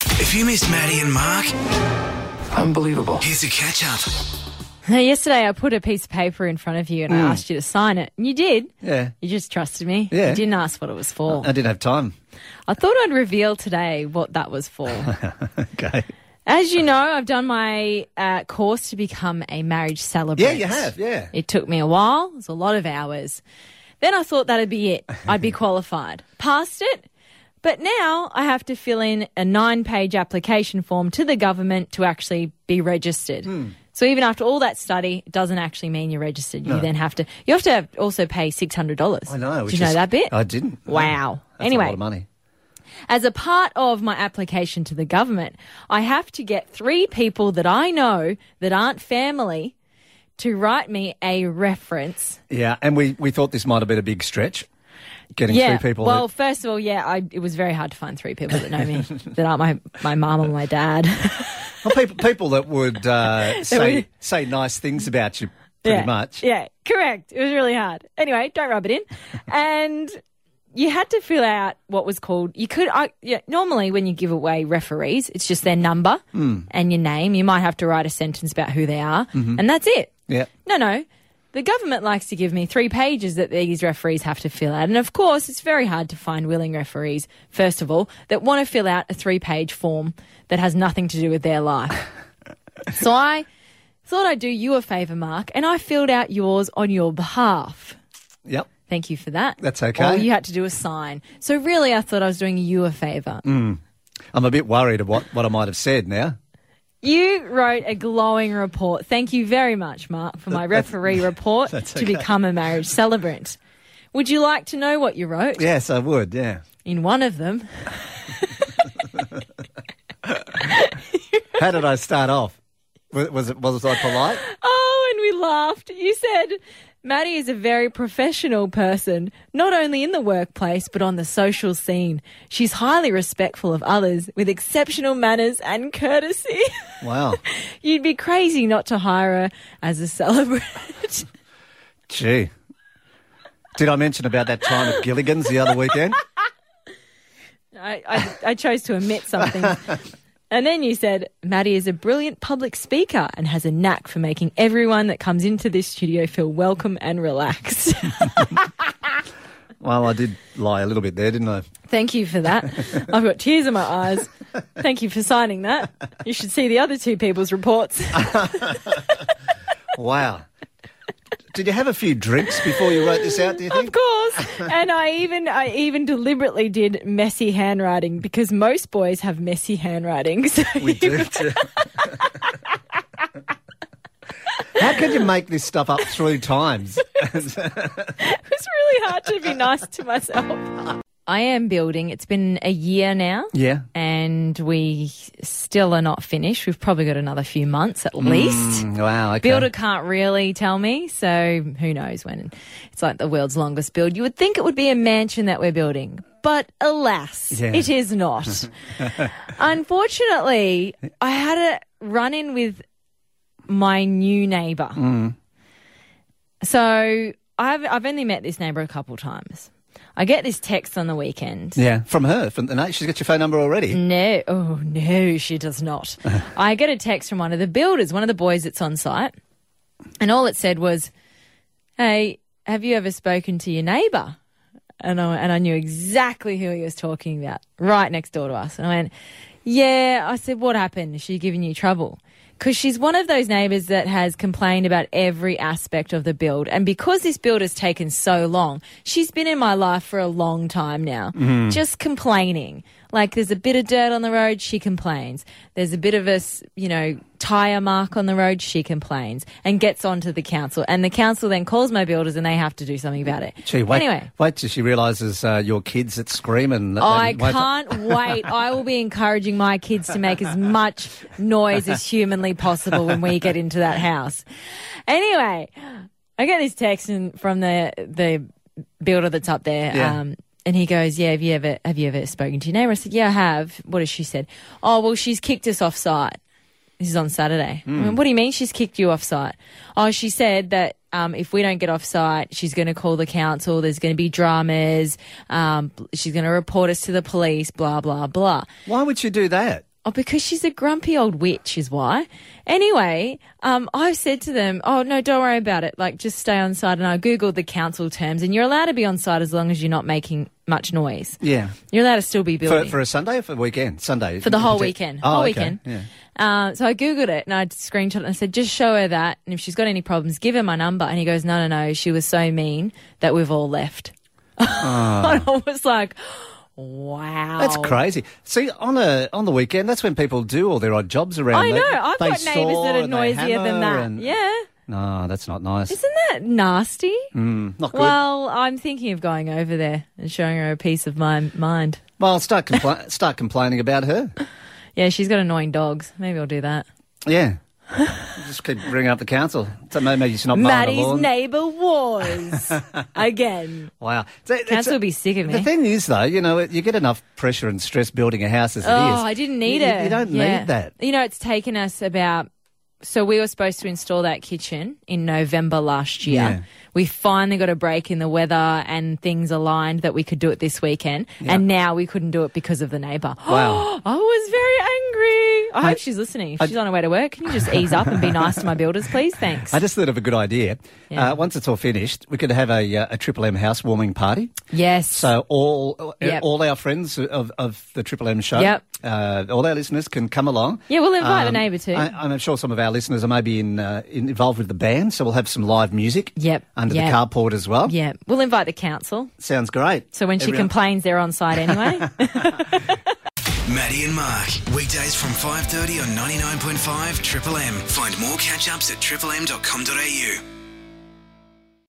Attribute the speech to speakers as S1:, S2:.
S1: If you missed Maddie and Mark,
S2: Unbelievable.
S1: here's a catch up.
S3: Now, yesterday I put a piece of paper in front of you and I asked you to sign it, and you did.
S4: Mm. Yeah.
S3: You just trusted me.
S4: Yeah. Uh,
S3: You Oh. didn't ask what it was for.
S4: I didn't have time.
S3: I thought I'd reveal today what that was for.
S4: Okay.
S3: As you know, I've done my uh, course to become a marriage celebrant.
S4: Yeah, you have. Yeah.
S3: It took me a while. It was a lot of hours. Then I thought that'd be it. I'd be qualified. Passed it. But now I have to fill in a nine page application form to the government to actually be registered.
S4: Hmm.
S3: So even after all that study, it doesn't actually mean you're registered. You then have to, you have to have- also pay $600.
S4: I know.
S3: Did
S4: which
S3: you know
S4: is-
S3: that bit?
S4: I didn't. No.
S3: Wow.
S4: That's
S3: anyway.
S4: a lot of money.
S3: As a part of my application to the government, I have to get three people that I know that aren't family to write me a reference.
S4: Yeah, and we, we thought this might have been a big stretch, getting
S3: yeah.
S4: three people.
S3: well,
S4: that-
S3: first of all, yeah, I, it was very hard to find three people that know me that aren't my my mum or my dad.
S4: well, people people that would uh, say
S3: would-
S4: say nice things about you, pretty
S3: yeah.
S4: much.
S3: Yeah, correct. It was really hard. Anyway, don't rub it in. and you had to fill out what was called. You could. I, yeah, normally, when you give away referees, it's just their number
S4: Hmm.
S3: and your name. You might have to write a sentence about who they are, and that's it.
S4: Mm-hmm. Yeah.
S3: No, no. The government likes to give me three pages that these referees have to fill out. And of course, it's very hard to find willing referees, first of all, that want to fill out a three page form that has nothing to do with their life. so I thought I'd do you a favour, Mark, and I filled out yours on your behalf.
S4: Yep.
S3: Thank you for that.
S4: That's okay.
S3: All you had to do was sign. So really, I thought I was doing you a favour.
S4: I'm a bit worried of what, what I might have said now.
S3: You wrote a glowing report. Thank you very much, Mark, for my referee report to become a marriage celebrant. Would you like to know what you wrote?
S4: Yes, I would. Yeah.
S3: In one of them,
S4: How did I start off? Was, was it was I polite?
S3: oh, and we laughed. You said, Maddie is a very professional person, not only in the workplace, but on the social scene. She's highly respectful of others with exceptional manners and courtesy.
S4: Wow.
S3: You'd be crazy not to hire her as a celebrant.
S4: Gee. Did I mention about that time at Gilligan's the other weekend?
S3: I, I, I chose to omit something. and then you said, Maddie is a brilliant public speaker and has a knack for making everyone that comes into this studio feel welcome and relaxed.
S4: Well, I did lie a little bit there, didn't I?
S3: Thank you for that. I've got tears in my eyes. Thank you for signing that. You should see the other two people's reports.
S4: Wow. Did you have a few drinks before you wrote this out, do you think?
S3: Of course. And I even I even deliberately did messy handwriting because most boys have messy handwriting. So
S4: We do. too. How could you make this stuff up three times?
S3: It's really hard to be nice to myself. I am building. It's been a year now.
S4: Yeah.
S3: And we still are not finished. We've probably got another few months at least.
S4: Wow. Mm, Okay.
S3: Builder can't really tell me, so who knows when. It's like the world's longest build. You would think it would be a mansion that we're building, but alas,
S4: Yeah.
S3: it is not. Unfortunately, I had a run in with my new neighbor.
S4: Mm.
S3: So I've, I've only met this neighbor a couple times. I get this text on the weekend.
S4: yeah. From her, from the night. She's got your phone number already.
S3: No, oh no, she does not. I get a text from one of the builders, one of the boys that's on site, and all it said was, "Hey, have you ever spoken to your neighbour?" And I and I knew exactly who he was talking about, right next door to us. And I went, "Yeah." I said, "What happened? Is she giving you trouble?" Because she's one of those neighbours that has complained about every aspect of the build. And because this build has taken so long, she's been in my life for a long time now,
S4: Mm-hmm.
S3: just complaining. Like there's a bit of dirt on the road, she complains. There's a bit of a, s- you know, tyre mark on the road, she complains and gets on to the council. And the council then calls my builders and they have to do something about it.
S4: Gee, wait.
S3: Anyway.
S4: Wait till she realises uh, your kids that scream and. that
S3: I
S4: they won't-
S3: can't wait. I will be encouraging my kids to make as much noise as humanly possible when we get into that house. Anyway, I get this text in, from the the builder that's up there.
S4: Yeah.
S3: Um, and he goes, "Yeah, have you ever have you ever spoken to your neighbor?" I said, "Yeah, I have." What has she said? Oh, well, she's kicked us off site. This is on Saturday. I
S4: Hmm.
S3: mean, what do you mean she's kicked you off site? Oh, she said that um, if we don't get off site, she's going to call the council. There's going to be dramas. Um, she's going to report us to the police. Blah blah blah.
S4: Why would she do that?
S3: Oh, because she's a grumpy old witch, is why. Anyway, um, I've said to them, oh, no, don't worry about it. Like, just stay on site. And I Googled the council terms, and you're allowed to be on site as long as you're not making much noise.
S4: Yeah.
S3: You're allowed to still be
S4: For,
S3: building.
S4: for a Sunday or for a weekend? Sunday.
S3: For the whole weekend.
S4: Oh,
S3: Whole
S4: okay.
S3: weekend.
S4: Yeah.
S3: Uh, so I Googled it and I screenshot it and I said, just show her that. And if she's got any problems, give her my number. And he goes, no, no, no. She was so mean that we've all left. and I was like, wow.
S4: Ah. That's crazy. See, on a on the weekend, that's when people do all their odd jobs around.
S3: I
S4: They-
S3: know. I've
S4: they
S3: got neighbours
S4: saw
S3: that are
S4: and they
S3: noisier than
S4: hammer
S3: that.
S4: and-
S3: Yeah.
S4: No, that's not nice.
S3: Isn't that nasty?
S4: not Mm. good. Well,
S3: Well, I'm thinking of going over there and showing her a piece of my mind.
S4: start compli- start complaining about her.
S3: Yeah, she's got annoying dogs. Maybe I'll do that.
S4: Yeah. Just keep bringing up the council. So may- maybe she's not mowing the
S3: Maddie's
S4: lawn.
S3: neighbour wars again.
S4: Wow. So it's-
S3: Council will be sick of
S4: The
S3: me.
S4: thing is, though, you know, you get enough pressure and stress building a house as it is.
S3: Oh, I didn't need
S4: You- you-
S3: it.
S4: You don't
S3: Yeah.
S4: need that.
S3: You know, it's taken us about. So we were supposed to install that kitchen in November last year.
S4: Yeah.
S3: We finally got a break in the weather and things aligned that we could do it this weekend. And now we couldn't do it because of the neighbour.
S4: Wow.
S3: I was very angry. I, hope she's listening. If she's on her way to work, can you just ease up and be nice to my builders, please? Thanks.
S4: I just thought of a good idea.
S3: Yeah.
S4: Uh, once it's all finished, we could have a, uh, a Triple M housewarming party.
S3: yes.
S4: So all uh,
S3: Yep.
S4: all our friends of, of the Triple M show,
S3: Yep.
S4: uh, all our listeners can come along. Um,
S3: Yeah, we'll invite a neighbour too.
S4: I, I'm sure some of our listeners are maybe in, uh, in, involved with the band, so we'll have some live music
S3: Yep,
S4: under
S3: yep.
S4: the carport as well.
S3: yeah, we'll invite the council.
S4: Sounds great.
S3: So when she
S4: Everyone-
S3: complains, they're on site anyway.
S1: Maddie and Mark. Weekdays from 5.30 on 99.5 Triple M. Find more catch-ups at triplem.com.au.